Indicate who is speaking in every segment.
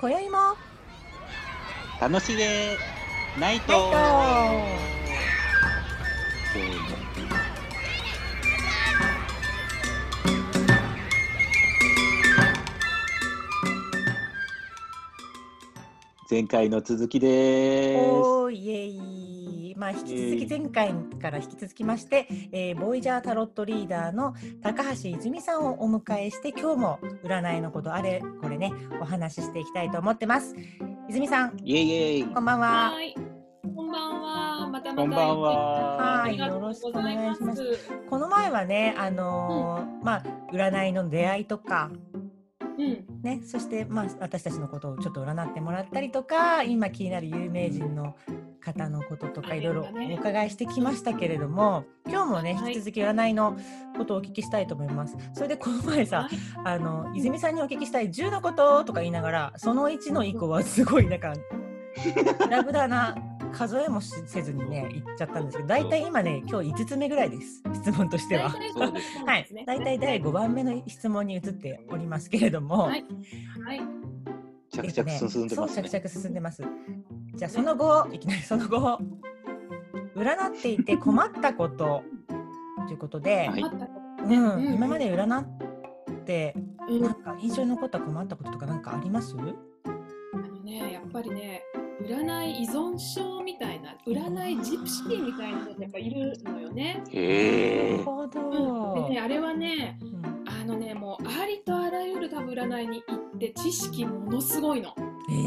Speaker 1: 今宵も
Speaker 2: 楽しげナイト
Speaker 1: ナイ
Speaker 2: せーの前回の続き
Speaker 1: ト
Speaker 2: です。
Speaker 1: おーいえいまあ引き続き前回から引き続きまして、えーボイジャータロットリーダーの高橋泉さんをお迎えして今日も占いのことあれこれねお話ししていきたいと思ってます泉さん
Speaker 2: イエイイエイ。
Speaker 1: こんばんは
Speaker 3: はい。こんばんは。またまた。
Speaker 2: こんばんは
Speaker 3: ありがとうございます。
Speaker 1: はいよろしくお願いしこの前はねあのーまあ占いの出会いとか
Speaker 3: うん。
Speaker 1: ね、そして、まあ、私たちのことをちょっと占ってもらったりとか今気になる有名人の方のこととか
Speaker 3: うん
Speaker 1: いろいろ
Speaker 3: あれだね
Speaker 1: お伺いしてきましたけれども今日もね
Speaker 3: はい
Speaker 1: 引き続き占いのことをお聞きしたいと思います。それでこの前さ
Speaker 3: は
Speaker 1: あの泉さんにお聞きしたい10のこととか言いながらその1の1個はすごいなんかラブダな数えもしせずにね言っちゃったんですけど大体今ね今日5つ目ぐらいです質問としては。
Speaker 2: そうです
Speaker 1: はい、大体第5番目の質問に移っておりますけれども、
Speaker 3: はいはい。
Speaker 2: 着々進
Speaker 1: えっとね
Speaker 2: んでますね。
Speaker 1: そう着々進んでます。じゃあその後いきなりその後占っていて困ったことということで、
Speaker 2: はい
Speaker 3: あったこ
Speaker 1: うん
Speaker 3: うん
Speaker 1: 今まで占って
Speaker 3: とうん
Speaker 1: なんか印象に残った困ったこととかなんかあります？
Speaker 3: あのね、やっぱりね、占い依存症みたいな、占いジプシーみたいなのってやっぱいるのよね。
Speaker 1: な
Speaker 2: へえ
Speaker 1: る。ほど。
Speaker 3: うん。でね、あれはね、
Speaker 1: うん
Speaker 3: あのね、もうありとあらゆる多分占いに行って知識ものすごいの。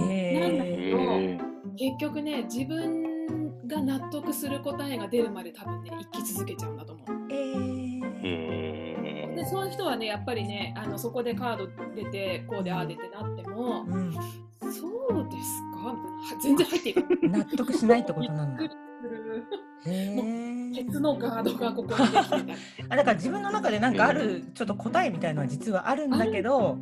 Speaker 1: え
Speaker 2: へえ。
Speaker 3: 結局ね、自分が納得する答えが出るまで多分ね、生き続けちゃうんだと思う。
Speaker 1: ー、えー、
Speaker 2: へ
Speaker 3: で
Speaker 2: え。
Speaker 3: そういう人はねやっぱりねあのそこでカード出てこうでああ出てなっても
Speaker 1: うん
Speaker 3: そうですかみたいなは全然入っていかない
Speaker 1: 納得しないってことなんだ。え
Speaker 3: 鉄のカードがここにできて たり、
Speaker 1: あだから自分の中でなんかあるちょっと答えみたいのは実はあるんだけど、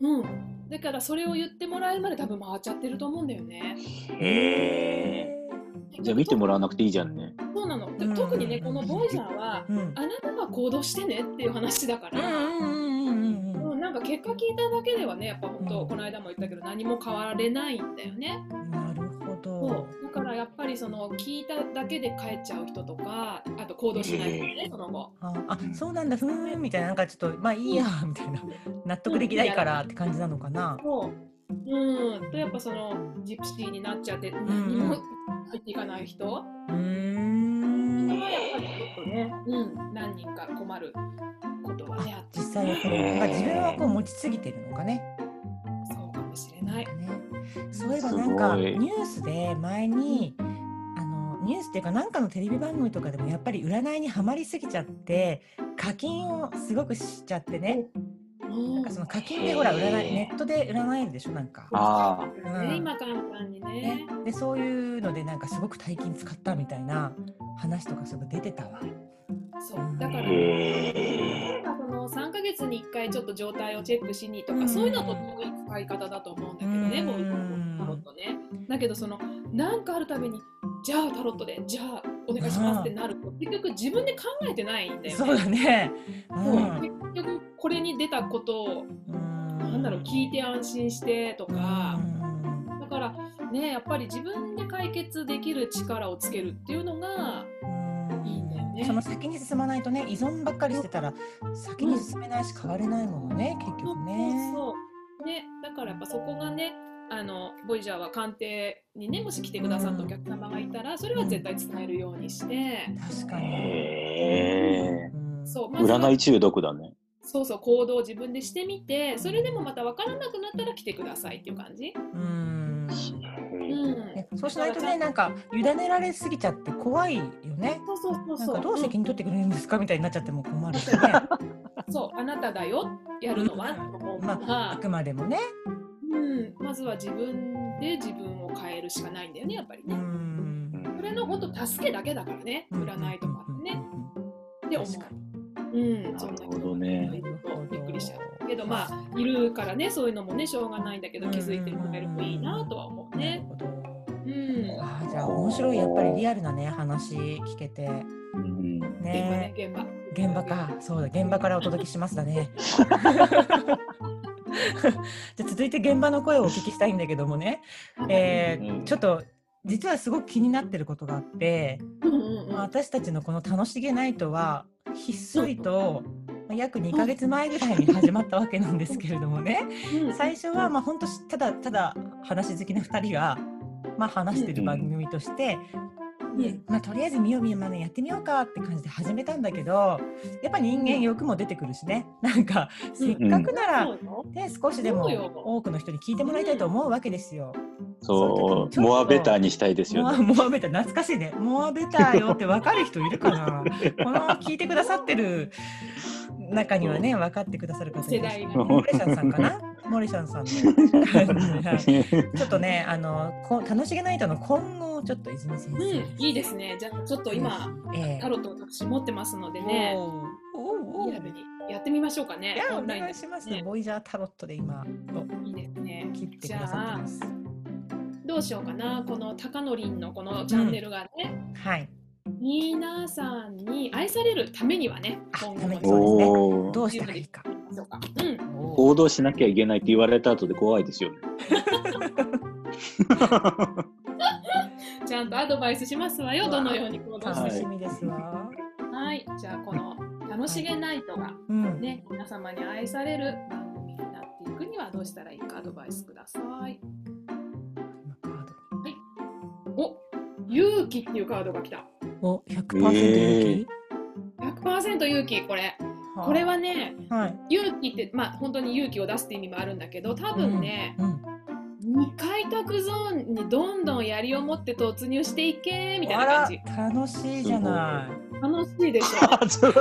Speaker 3: うん、だからそれを言ってもらえるまで多分回っちゃってると思うんだよね
Speaker 2: へえ。じゃあ見てもらわなくていいじゃんね。
Speaker 3: そうなので
Speaker 1: うん
Speaker 3: 特にねこの「ボイジャーは
Speaker 1: うん
Speaker 3: あ。なたが行動してねっていう話だか
Speaker 1: うん
Speaker 3: ら、
Speaker 1: うんうんうんうん
Speaker 3: もうなんか結果聞いただけではねやっぱ本当、
Speaker 1: うん
Speaker 3: この間も言ったけど何も変われないんだよね
Speaker 1: うん。なるほ
Speaker 3: そ
Speaker 1: ど。
Speaker 3: うだからやっぱりその聞いただけで帰っちゃう人とかあと行動しない人ね、その後
Speaker 1: ああ
Speaker 2: う、ん
Speaker 1: そうなんだ、ふーんみたいな、なんかちょっと、まあいいや、みたいな、納得できないからって感じなのかな。
Speaker 3: そううんとやっぱそのジプシーになっちゃって何も入っていかない人は
Speaker 1: うー
Speaker 3: やっ
Speaker 1: ん。
Speaker 3: ぱりちょっとね、うん、何人か困ることはねあ
Speaker 1: あ
Speaker 3: っ、て
Speaker 1: 実際はこの、なんか自分はこう持ちすぎてるのかね。
Speaker 3: そうかもしれない
Speaker 1: ねそういえばなんか
Speaker 2: すごい
Speaker 1: ニュースで前にあのニュースっていうかなんかのテレビ番組とかでもやっぱり占いにはまりすぎちゃって課金をすごくしちゃってね
Speaker 3: な
Speaker 1: なんかその課金でほら占
Speaker 2: へ
Speaker 1: い
Speaker 2: ー
Speaker 1: ネットで占えるでしょなんか。
Speaker 2: あ
Speaker 1: うん
Speaker 3: ね、今簡単に
Speaker 1: ね
Speaker 3: ね、
Speaker 1: でそういうのでなんかすごく大金使ったみたいな話とかすごい出てたわ。
Speaker 3: そうだか
Speaker 2: あ。
Speaker 3: ら
Speaker 2: へえ。
Speaker 3: なんかその3ヶ月に1回ちょっと状態をチェックしにとか、
Speaker 1: うん
Speaker 3: そういうのとってもいい使い方だと思うんだけどね、
Speaker 1: うん
Speaker 3: もうタロットね。だけどそのなんかあるたびにじゃあタロットでじゃあお願いしますってなると結局自分で考えてないんだよね。
Speaker 1: そうだね。う。
Speaker 3: もうん結局これに出たことを
Speaker 1: な
Speaker 3: なんだろう聞い
Speaker 1: て
Speaker 3: て安心してとか。だからねやっぱり自分で解決できる力をつけるっていうのがいいんだよね
Speaker 1: その先に進まないとね依存ばっかりしてたら先に進めないし変われないものね結局ね。
Speaker 3: そうそうねだからやっぱそこがねあのボイジャーは鑑定にねもし来てくださったお客様がいたらそれは絶対伝えるようにして、
Speaker 1: 確かに。
Speaker 2: へえ。
Speaker 1: うん
Speaker 3: そうまずは
Speaker 2: 占い中毒だね。
Speaker 3: そうそう行動を自分でしてみてそれでもまた分からなくなったら来てくださいっていう感じ、
Speaker 1: うん。
Speaker 3: うん
Speaker 1: ねそうしないとねなんか委ねられすぎちゃって怖いよね。
Speaker 3: そうそうそう
Speaker 1: なん
Speaker 3: そ
Speaker 1: か
Speaker 3: う
Speaker 1: どう責任取ってくれるんですかみたいになっちゃっても困るしね。
Speaker 3: うんそうあなただよやるのは、と思うから
Speaker 1: あくまでもね。
Speaker 3: うん、まずは自分で自分を変えるしかないんだよねやっぱり
Speaker 1: う
Speaker 3: ね、
Speaker 1: ん。
Speaker 3: それのほんと助けだけだからね占いとかってね、って思
Speaker 1: 確
Speaker 3: う
Speaker 1: かに。
Speaker 3: うん、
Speaker 2: な
Speaker 3: そ
Speaker 2: る
Speaker 3: んな人
Speaker 2: ほど
Speaker 1: な
Speaker 2: ね。
Speaker 1: るほど
Speaker 3: びっくりしちゃうけどまあいるからねそういうのもねしょうがないんだけど気づいてもらえるといいなとは思う
Speaker 1: なる
Speaker 3: ね。
Speaker 1: ほど。
Speaker 3: うん、今
Speaker 1: あーじゃあ面白いやっぱりリアルなね話聞けて
Speaker 2: うん。
Speaker 1: ね
Speaker 3: ね現場、
Speaker 1: 現場かそうだ現場からお届けしますだねじゃあ続いて現場の声をお聞きしたいんだけどもね、えー、ちょっと実はすごく気になってることがあって、まあ、私たちのこの「楽しげナイト」はひっそりと約2ヶ月前ぐらいに始まったわけなんですけれどもね最初はまあ本当ただただ話好きな2人が、まあ、話してる番組として、まあ、とりあえず見よう見ようまねやってみようかって感じで始めたんだけどやっぱ人間欲も出てくるしねなんかせっかくなら、ね、少しでも多くの人に聞いてもらいたいと思うわけですよ。
Speaker 2: そうモアベターにしたいですよ、ね、
Speaker 1: モアベター懐かしいねモアベターよって分かる人いるかなこの聞いてくださってる中にはね分かってくださる方いらっしゃるモレシャンさんかなモレシャンさん の、はい、ちょっとねあのこ楽しげナイトの今後をちょっと泉先生、うん
Speaker 3: いいですねじゃあちょっと今、うんえー、タロット私持ってますのでねおおリアルにやってみましょうかね
Speaker 1: オンラインで、ね、しますねボイジャータロットで今
Speaker 3: いいですね
Speaker 1: 切ってくださってます
Speaker 3: どうしようかなこの高のりんのこのチャンネルがね、
Speaker 1: うん、はい
Speaker 3: 皆さんに愛されるためにはね
Speaker 1: 今後も、ね、どうしたらいいか
Speaker 2: そうか、うん、行動しなきゃいけないって言われた後で怖いですよね
Speaker 3: ちゃんとアドバイスしますわよどのように行動
Speaker 1: 楽しみですわ
Speaker 3: はいじゃあこの楽しげナイトがね、うん、皆様に愛される番組になっていくにはどうしたらいいかアドバイスくださいお勇気っていうカードが来た。
Speaker 1: お100%勇
Speaker 3: 気、えー、100%勇気これ。はあ、これはね、はい、勇気ってまあ本当に勇気を出すって意味もあるんだけど多分ね、うんうん、未開拓ゾーンにどんどん槍を持って突入していけみたいな感じ。。
Speaker 1: 楽しいじゃない
Speaker 3: 楽しいでしょ。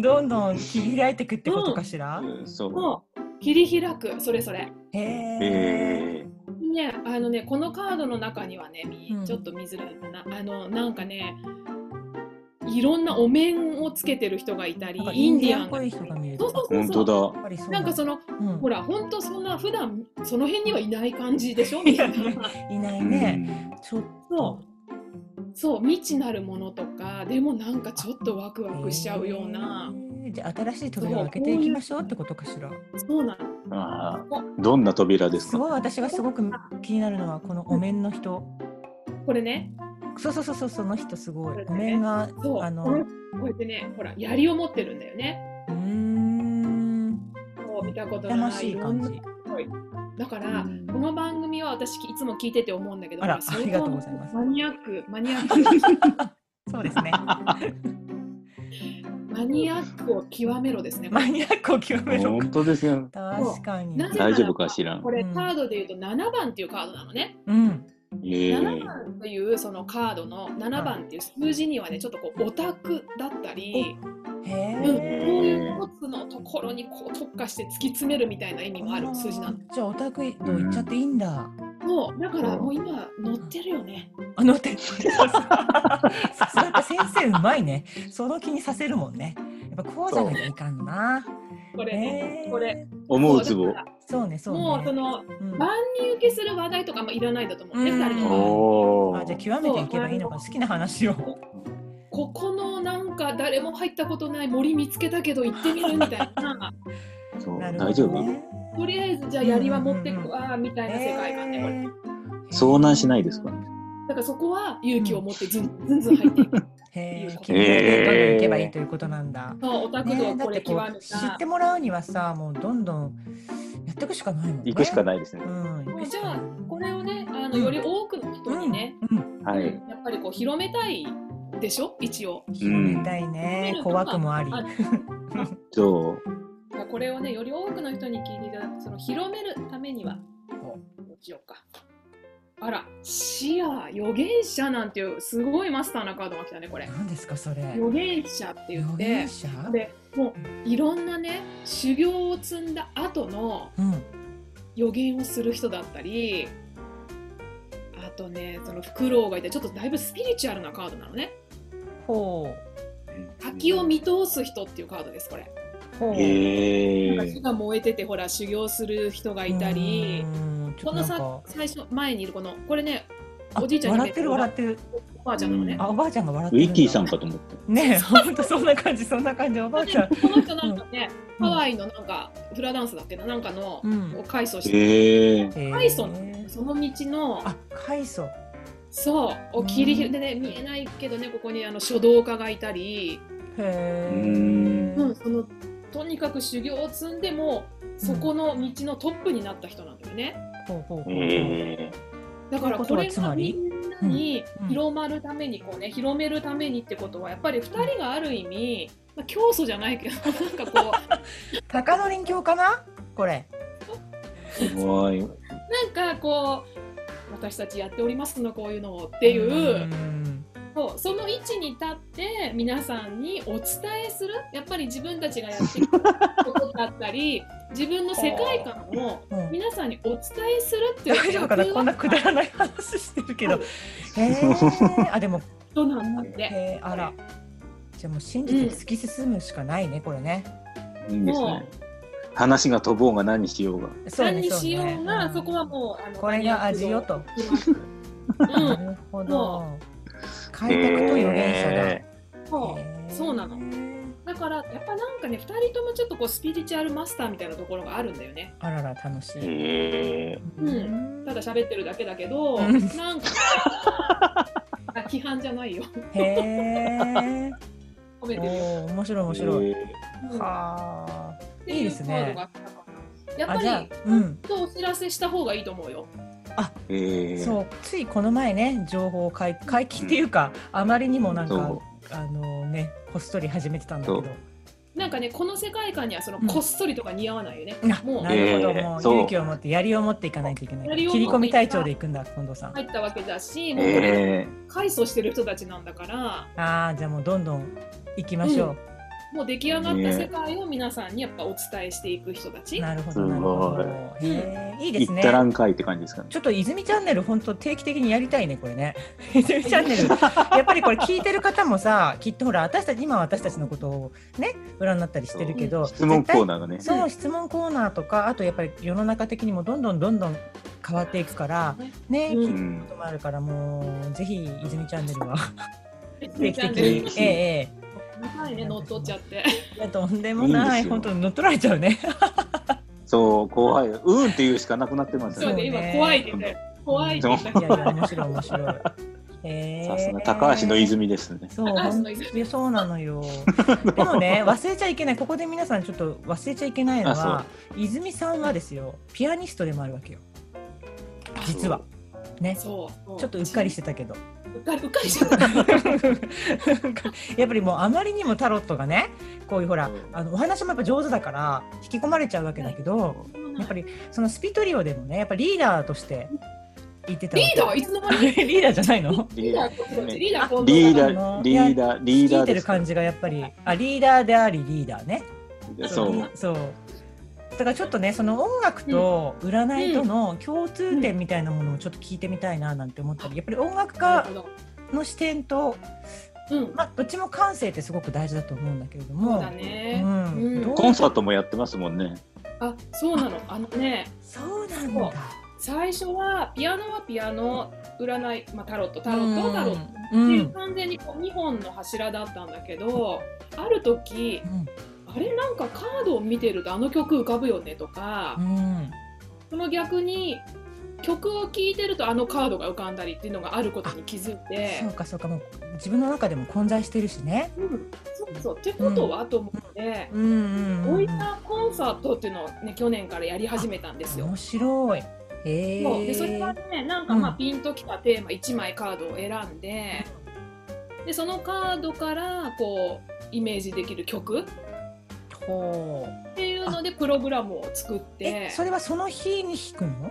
Speaker 1: どんどん切り開いていくってことかしら、
Speaker 2: うん、そう
Speaker 3: 切り開くそれそれ。
Speaker 1: へえ。
Speaker 3: ねあのねこのカードの中にはねちょっと見づらいかな、うん、あのなんかねいろんなお面をつけてる人がいたりインディアンがいたりそうそうそうそうなんかその、うん、ほら本当そんな普段その辺にはいない感じでしょみたいな。
Speaker 1: いないね、うん、ちょっと
Speaker 3: そう未知なるものとかでもなんかちょっとワクワクしちゃうような。
Speaker 1: じゃ新しい扉を開けていきましょうってことかしら。
Speaker 3: そうな
Speaker 2: の。ああ、どんな扉ですか。す
Speaker 1: ごい私がすごく気になるのはこのお面の人。
Speaker 3: これね。
Speaker 1: そうそうそうそうその人すごい。ね、お面が
Speaker 3: あのこうやってねほら槍を持ってるんだよね。
Speaker 1: うん。
Speaker 3: そう見たことない。
Speaker 1: 楽しい感じ。
Speaker 3: だから、この番組は私いつも聞いてて思うんだけど、
Speaker 1: あらありがとうございます。
Speaker 3: マニアックマニア ッ
Speaker 1: ク。そうですね。
Speaker 3: マニアックを極めろですね。
Speaker 1: マニアックを極めろ。
Speaker 2: 本当ですよ。
Speaker 1: 確かに。
Speaker 2: 大丈夫かしら
Speaker 3: これ、カードでいうと7番っていうカードなのね。
Speaker 1: うん。
Speaker 3: 7番というそのカードの7番っていう数字にはねちょっとこうオタクだったり、
Speaker 1: へえ。こう
Speaker 3: いう一つのところにこう特化して突き詰めるみたいな意味もある数字なの。
Speaker 1: じゃあオタクと言っちゃっていいんだ。
Speaker 3: もうだからもう今乗ってるよね。
Speaker 1: あ乗 ってる。さすが先生うまいね。その気にさせるもんね。やっぱこうじゃなきゃいかんな。
Speaker 3: これね、これ。
Speaker 2: 思うつぼ。
Speaker 1: そうねそう
Speaker 3: もうその、万人受けする話題とかもいらないだと思うね。
Speaker 1: うん、あじゃ極めていけばいいのか好きな話を。
Speaker 3: ここのなんか誰も入ったことない森見つけたけど行ってみるみたい な。
Speaker 2: 大丈夫。
Speaker 3: とりあえずじゃあ槍は持ってくわみたいな世界観ね、これ。
Speaker 2: 遭難しないですかね。
Speaker 3: だからそこは勇気を持ってずんずんずん入って いく。
Speaker 1: へえ、決めていけばいいということなんだ。
Speaker 3: そう、オタク度をこれ極、
Speaker 1: めた。知ってもらうにはさ、もうどんどんやっていくしかないもんね。
Speaker 2: 行くしかないですね。
Speaker 1: うん
Speaker 3: じゃあこれをね、あのより多くの人にね、
Speaker 2: はい、
Speaker 3: やっぱりこう広めたいでしょ、一応。
Speaker 1: 広めたいね、怖くもあり。
Speaker 2: そう。
Speaker 3: これをねより多くの人に聞いていただくその広めるためにはどうしようかあら視野預言者なんていうすごいマスターなカードが来たねこれ
Speaker 1: 何ですかそれ
Speaker 3: 預言者って言ってでもういろんなね修行を積んだ後の予言をする人だったり、うん、あとねそのフクロウがいてちょっとだいぶスピリチュアルなカードなのね
Speaker 1: ほ
Speaker 3: う滝を見通す人っていうカードですこれ
Speaker 2: へ
Speaker 3: なんか火が燃えててほら修行する人がいたりこのさ最初前にいるこのこれねおじいちゃん
Speaker 1: 笑ってる笑ってる
Speaker 3: おばあちゃんなのね。
Speaker 1: あ、おばあちゃんが笑っ
Speaker 2: ウ
Speaker 1: てるんだ。
Speaker 2: ィキーさんかと思った。
Speaker 1: ねえ、 本当そんな感じ、そんな感じ、おばあち ゃん。
Speaker 3: この人なんかね、ハワイのなんかフラダンスだっけななんかの
Speaker 1: うん
Speaker 3: を改装して、
Speaker 2: ええ。
Speaker 1: え
Speaker 3: 海藻その道の
Speaker 1: あ、海藻。
Speaker 3: そうを切り開いてね見えないけどねここにあの書道家がいたり、
Speaker 1: へ
Speaker 2: う
Speaker 1: え。
Speaker 3: うん、そのとにかく修行を積んでもそこの道のトップになった人なんだよね。
Speaker 1: ほうほうほう。
Speaker 2: ええ。
Speaker 3: だから
Speaker 1: と
Speaker 3: こ
Speaker 1: いうことは
Speaker 3: れ
Speaker 1: つま
Speaker 3: がみ
Speaker 1: り
Speaker 3: んなに
Speaker 1: うんうん
Speaker 3: 広まるためにこうね広めるためにってことはやっぱり2人がある意味、まあ、教祖じゃないけど なんかこう
Speaker 1: 高野連教かな。これ。
Speaker 2: すごい。
Speaker 3: なんかこう私たちやっておりますのこういうのをっていう。
Speaker 1: ん
Speaker 3: そうその位置に立って皆さんにお伝えするやっぱり自分たちがやってきたことだった り自分の世界観を
Speaker 1: うん
Speaker 3: 皆さんにお伝えするっていう
Speaker 1: 大丈夫かな、こんなくだら
Speaker 3: い
Speaker 1: ない話してるけ ど。へえ。あ、でも、
Speaker 3: 人なんだって
Speaker 1: へえ、あら。じゃ、もう信じて突き進むしかないね、これね。
Speaker 2: いいですね。話が飛ぼうが何しようが。
Speaker 1: そう
Speaker 3: 何
Speaker 1: ね。
Speaker 3: にしようが
Speaker 1: ね
Speaker 3: そこは。もうあの
Speaker 1: これが味よと。
Speaker 3: う
Speaker 1: なんるほ
Speaker 3: そ
Speaker 1: ど。開拓と予言者だ。
Speaker 2: え
Speaker 3: そ
Speaker 1: へ
Speaker 3: う
Speaker 1: え
Speaker 3: そうなのだからやっぱなんかね2人ともちょっとこうスピリチュアルマスターみたいなところがあるんだよね
Speaker 1: あらら、楽し
Speaker 2: え
Speaker 1: い。
Speaker 2: ええ。
Speaker 3: うんただ喋ってるだけだけど
Speaker 1: う
Speaker 3: なんんか あ批判じゃないよ
Speaker 1: へえ。
Speaker 3: 褒めて
Speaker 1: お
Speaker 3: るよ
Speaker 1: お、面白い面白い。
Speaker 2: い。
Speaker 3: うん
Speaker 1: はあ。
Speaker 3: ってう
Speaker 1: いいですね
Speaker 3: カードがあったからやっぱ
Speaker 1: あ
Speaker 3: り
Speaker 1: じ
Speaker 3: ち
Speaker 1: ゃあ
Speaker 3: ゃ
Speaker 1: うん
Speaker 3: んとお知らせした方がいいと思うよ。
Speaker 2: ええ。
Speaker 1: そうついこの前ね情報解解禁っていうか、あまりにもなんか、
Speaker 2: そう
Speaker 1: あのねこっそり始めてたんだけど
Speaker 2: そ
Speaker 3: なんかねこの世界観にはその
Speaker 1: うん
Speaker 3: こっそりとか似合わないよね。
Speaker 1: あ
Speaker 3: もう
Speaker 1: なるほど、
Speaker 2: えー
Speaker 1: もう
Speaker 2: そう
Speaker 1: 勇気を持って槍を持っていかないといけない
Speaker 3: 槍を持
Speaker 1: 切
Speaker 3: っ
Speaker 1: り
Speaker 3: て
Speaker 1: 込み隊長で行くんだ近藤さん、
Speaker 3: 入ったわけだし、もうこれ
Speaker 2: ええ。
Speaker 3: 改装してる人たちなんだから、
Speaker 1: あーじゃあもうどんどん行きましょ
Speaker 3: もう出来上がった世界を皆さんにやっぱお伝えしていく人た
Speaker 1: う、
Speaker 3: ち。
Speaker 1: なるほ
Speaker 2: す
Speaker 1: ど
Speaker 2: ごい
Speaker 1: なるほどへーいいです
Speaker 2: 行っ
Speaker 1: ね
Speaker 2: たらんかいって感じですかね。
Speaker 1: ちょっと泉チャンネル本当定期的にやりたいねこれね 泉チャン ネルやっぱりこれ聞いてる方もさきっとほら私たち今私たちのことをね占ったりしてるけど
Speaker 2: 質問コー
Speaker 1: ー
Speaker 2: ナーがね。
Speaker 1: そう質問コーナーとかあとやっぱり世の中的にもどんどんどんどん変わっていくからね、聞
Speaker 3: う
Speaker 1: く
Speaker 2: うんん
Speaker 1: こともあるからもうぜひ泉チャンネルは定
Speaker 3: 定
Speaker 1: 期
Speaker 3: 期
Speaker 1: 的
Speaker 3: 的
Speaker 1: に
Speaker 3: に。
Speaker 1: えええ
Speaker 3: はいね乗っ取っちゃって。
Speaker 1: えいやとんでもない
Speaker 2: いいんですよ
Speaker 1: 本当に乗っ取られちゃう ね
Speaker 2: そう、怖い。うんって言うしかなくなってます
Speaker 1: ね
Speaker 3: そう
Speaker 2: よ
Speaker 3: ね
Speaker 2: ね。
Speaker 3: 今怖いって言ったよ怖いって言った
Speaker 1: いやいや面白い面白いへえ
Speaker 2: さすが高橋の泉ですね。
Speaker 1: そう
Speaker 3: 高橋
Speaker 1: 本
Speaker 3: の泉
Speaker 1: 当にそうなの よでもね忘れちゃいけないここで皆さんちょっと忘れちゃいけないのは
Speaker 2: あ
Speaker 1: 泉さんはですよピアニストでもあるわけよ実はね
Speaker 3: そうそう。
Speaker 1: ちょっとうっかりしてたけど
Speaker 3: うっかりうっかりしちゃった。
Speaker 1: やっぱりもうあまりにもタロットがねこういうほら、
Speaker 2: うん
Speaker 1: あのお話もやっぱ上手だから引き込まれちゃうわけだけど、やっぱりそのスピトリオでもねやっぱリーダーとして言ってたわ
Speaker 3: リ
Speaker 1: け
Speaker 3: ーダーいつの間に
Speaker 1: リーダーじゃないの
Speaker 3: リーダーこっちこっちリーダーこっち
Speaker 2: リーダー、リーダー、リー
Speaker 1: 聞
Speaker 2: ダ
Speaker 1: い
Speaker 2: ー
Speaker 1: て
Speaker 2: で
Speaker 1: る
Speaker 2: すか
Speaker 1: 感じがやっぱりあリーダーでありリーダーね
Speaker 2: ら。そう。
Speaker 1: そうだからちょっとねその音楽と占いとの共通点みたいなものをちょっと聞いてみたいななんて思ったりやっぱり音楽
Speaker 3: な
Speaker 1: 家
Speaker 3: るほど
Speaker 1: の視点と、
Speaker 3: うん。
Speaker 1: まあ、どっちも感性ってすごく大事だと思うんだけれども。
Speaker 3: そうだね。
Speaker 1: うん
Speaker 3: うん
Speaker 2: コンサートもやってますもんね。
Speaker 3: あ、そうなの。あのね、
Speaker 1: そうなんだ。
Speaker 3: 最初はピアノはピアノ、占い、まあタロット、タロットはタロットっ
Speaker 1: う
Speaker 3: て
Speaker 1: ん。う
Speaker 3: いううん完全にこう2本の柱だったんだけど、ある時、あれなんかカードを見てるとあの曲浮かぶよねとか
Speaker 1: う、ん。
Speaker 3: その逆に曲を聴いてるとあのカードが浮かんだりっていうのがあることに気づいて
Speaker 1: そ、うかそうかもう自分の中でも混在してるしね。
Speaker 3: うんそうそう。ってことはと思って、
Speaker 1: うんうんうん
Speaker 3: オ
Speaker 1: う
Speaker 3: イ
Speaker 1: ん。
Speaker 3: ラーコンサートっていうのをね去年からやり始めたんですよ
Speaker 1: 面。白い。へえ。
Speaker 3: そうでそれはねなんかまあ
Speaker 1: うん
Speaker 3: ピンときたテーマ1枚カードを選んででそのカードからこうイメージできる曲っ
Speaker 1: ほう。
Speaker 3: ていうのでプログラムを作って
Speaker 1: え、それはその日に弾くの？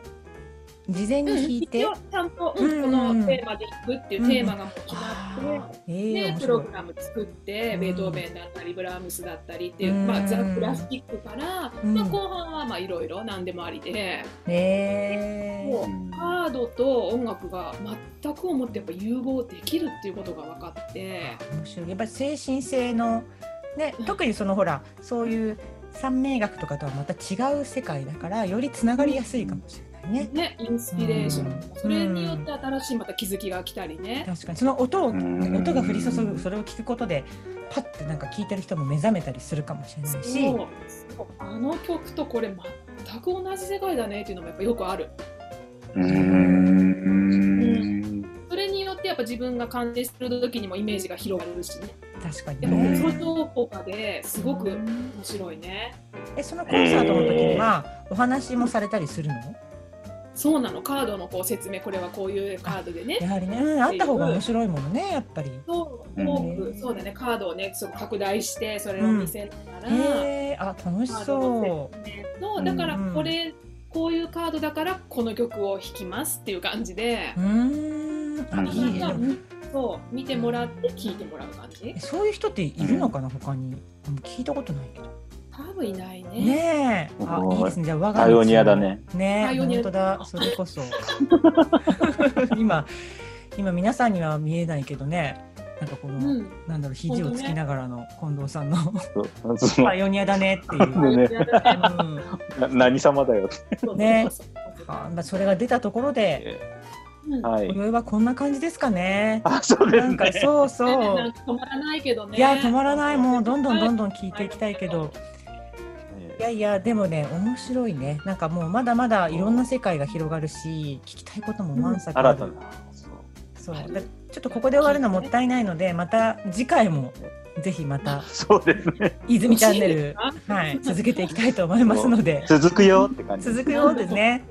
Speaker 1: 事前に弾いて。
Speaker 3: 一
Speaker 1: あ
Speaker 3: 応ちゃんと、うん
Speaker 1: うんうんうん
Speaker 3: このテーマでいくっていうテーマがもう決まっ
Speaker 1: あ
Speaker 3: て。
Speaker 1: ー。ええ
Speaker 3: で
Speaker 1: 面
Speaker 3: プ
Speaker 1: 白
Speaker 3: ロ
Speaker 1: い
Speaker 3: グ。ラム作って、
Speaker 1: うん
Speaker 3: ベートーベンだったりブラームスだったりっていう、
Speaker 1: うん
Speaker 3: まあ、ザ・クラシックから、
Speaker 1: うん
Speaker 3: まあ、後半はまあいろいろ何でもありで、
Speaker 1: へえ。
Speaker 3: もうカードと音楽が全くをもってやっぱ融合できるっていうことが分かって
Speaker 1: 面白い。やっぱり精神性のね
Speaker 3: う、ん
Speaker 1: 特にそのほらそういう三名学とかとはまた違う世界だからよりつながりやすいかもしれない。ないね。
Speaker 3: ね、インスピレーション、
Speaker 1: うん
Speaker 3: それによって新しいまた気づきが来たりね、
Speaker 1: 確かにその音を
Speaker 2: うん
Speaker 1: 音が降り注ぐそれを聞くことでパッてなんか聞いてる人も目覚めたりするかもしれないし
Speaker 3: そうそうあの曲とこれ全く同じ世界だねっていうのもやっぱよくある
Speaker 2: うーん。
Speaker 3: それによってやっぱ自分が感じする時にもイメージが広がるしね
Speaker 1: 確かに
Speaker 3: やっぱ
Speaker 2: うん
Speaker 1: ね。
Speaker 3: 音情報がですごく
Speaker 1: う
Speaker 3: 面
Speaker 1: ん
Speaker 3: 白いね
Speaker 1: えそのコンサートの時にはお話もされたりするの
Speaker 3: そうなのカードのこう説明これはこういうカードでね
Speaker 1: やはりね、うん、あった方が面白いものねやっぱり。
Speaker 3: そう
Speaker 2: うん
Speaker 3: フォークそうだねカードをねちょっと拡大してそれを見せながら、
Speaker 1: へえあ楽し
Speaker 3: カー
Speaker 1: そ
Speaker 3: ドの
Speaker 1: う。
Speaker 3: 説明とだからこれ、こういうカードだからこの曲を弾きますっていう感じで
Speaker 1: う、ーんあ
Speaker 2: うん
Speaker 1: いいねでも
Speaker 3: そう見てもらって聴いてもらう感じ
Speaker 1: えそういう人っているのかな他にうん聞いたことないけど。
Speaker 3: 多分いないね
Speaker 1: ねえあ
Speaker 2: おー
Speaker 1: いいですねじゃあ我が
Speaker 2: パイオニアだね。
Speaker 1: ね
Speaker 3: パイオニア
Speaker 1: 本当だそれこ そ今今皆さんには見えないけどねなんかこの、
Speaker 3: うん
Speaker 1: なんだろう肘をつきながらの近藤さんの
Speaker 2: そうそ
Speaker 1: パ
Speaker 2: の
Speaker 1: イオニアだねっていう、うん
Speaker 2: ねな 何様だよ。
Speaker 1: ねあまあ、それが出たところで
Speaker 3: うん
Speaker 2: は
Speaker 1: 今
Speaker 2: い。
Speaker 1: 宵はこんな感じですかね。
Speaker 2: あ、そうで
Speaker 1: な
Speaker 2: す
Speaker 1: んか
Speaker 2: ね。
Speaker 1: そう
Speaker 3: ね
Speaker 1: そ
Speaker 3: な。
Speaker 1: うん
Speaker 3: か止まらないけどね
Speaker 1: いや止まらないもうどんどんどんどん聞いていきたいけどいやいやでもね面白いねなんかもうまだまだいろんな世界が広がるし聞きたいことも満載
Speaker 2: 新たな。そう
Speaker 1: そうだちょっとここで終わるのもったいないのでまた次回もぜひまた
Speaker 2: そうですね。
Speaker 1: 泉チャンネル
Speaker 3: 欲しいですか
Speaker 1: はい続けていきたいと思いますの で
Speaker 2: 続くよって感じ。
Speaker 1: 続くようですね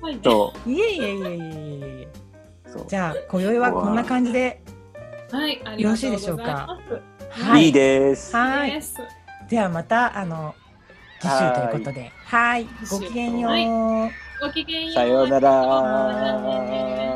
Speaker 3: はいね
Speaker 2: そ
Speaker 1: いえいえいえいえいえいえ
Speaker 2: う。そう
Speaker 1: じゃあ今宵はこんな感じで
Speaker 3: はいありがとうございます
Speaker 1: よろしいでしょうかはい
Speaker 2: いです。
Speaker 1: はい
Speaker 3: です
Speaker 1: ではまたあの次週ということではいごきげんよう。
Speaker 3: はいごきげんよう
Speaker 2: さような
Speaker 3: さような
Speaker 2: ら
Speaker 3: ら。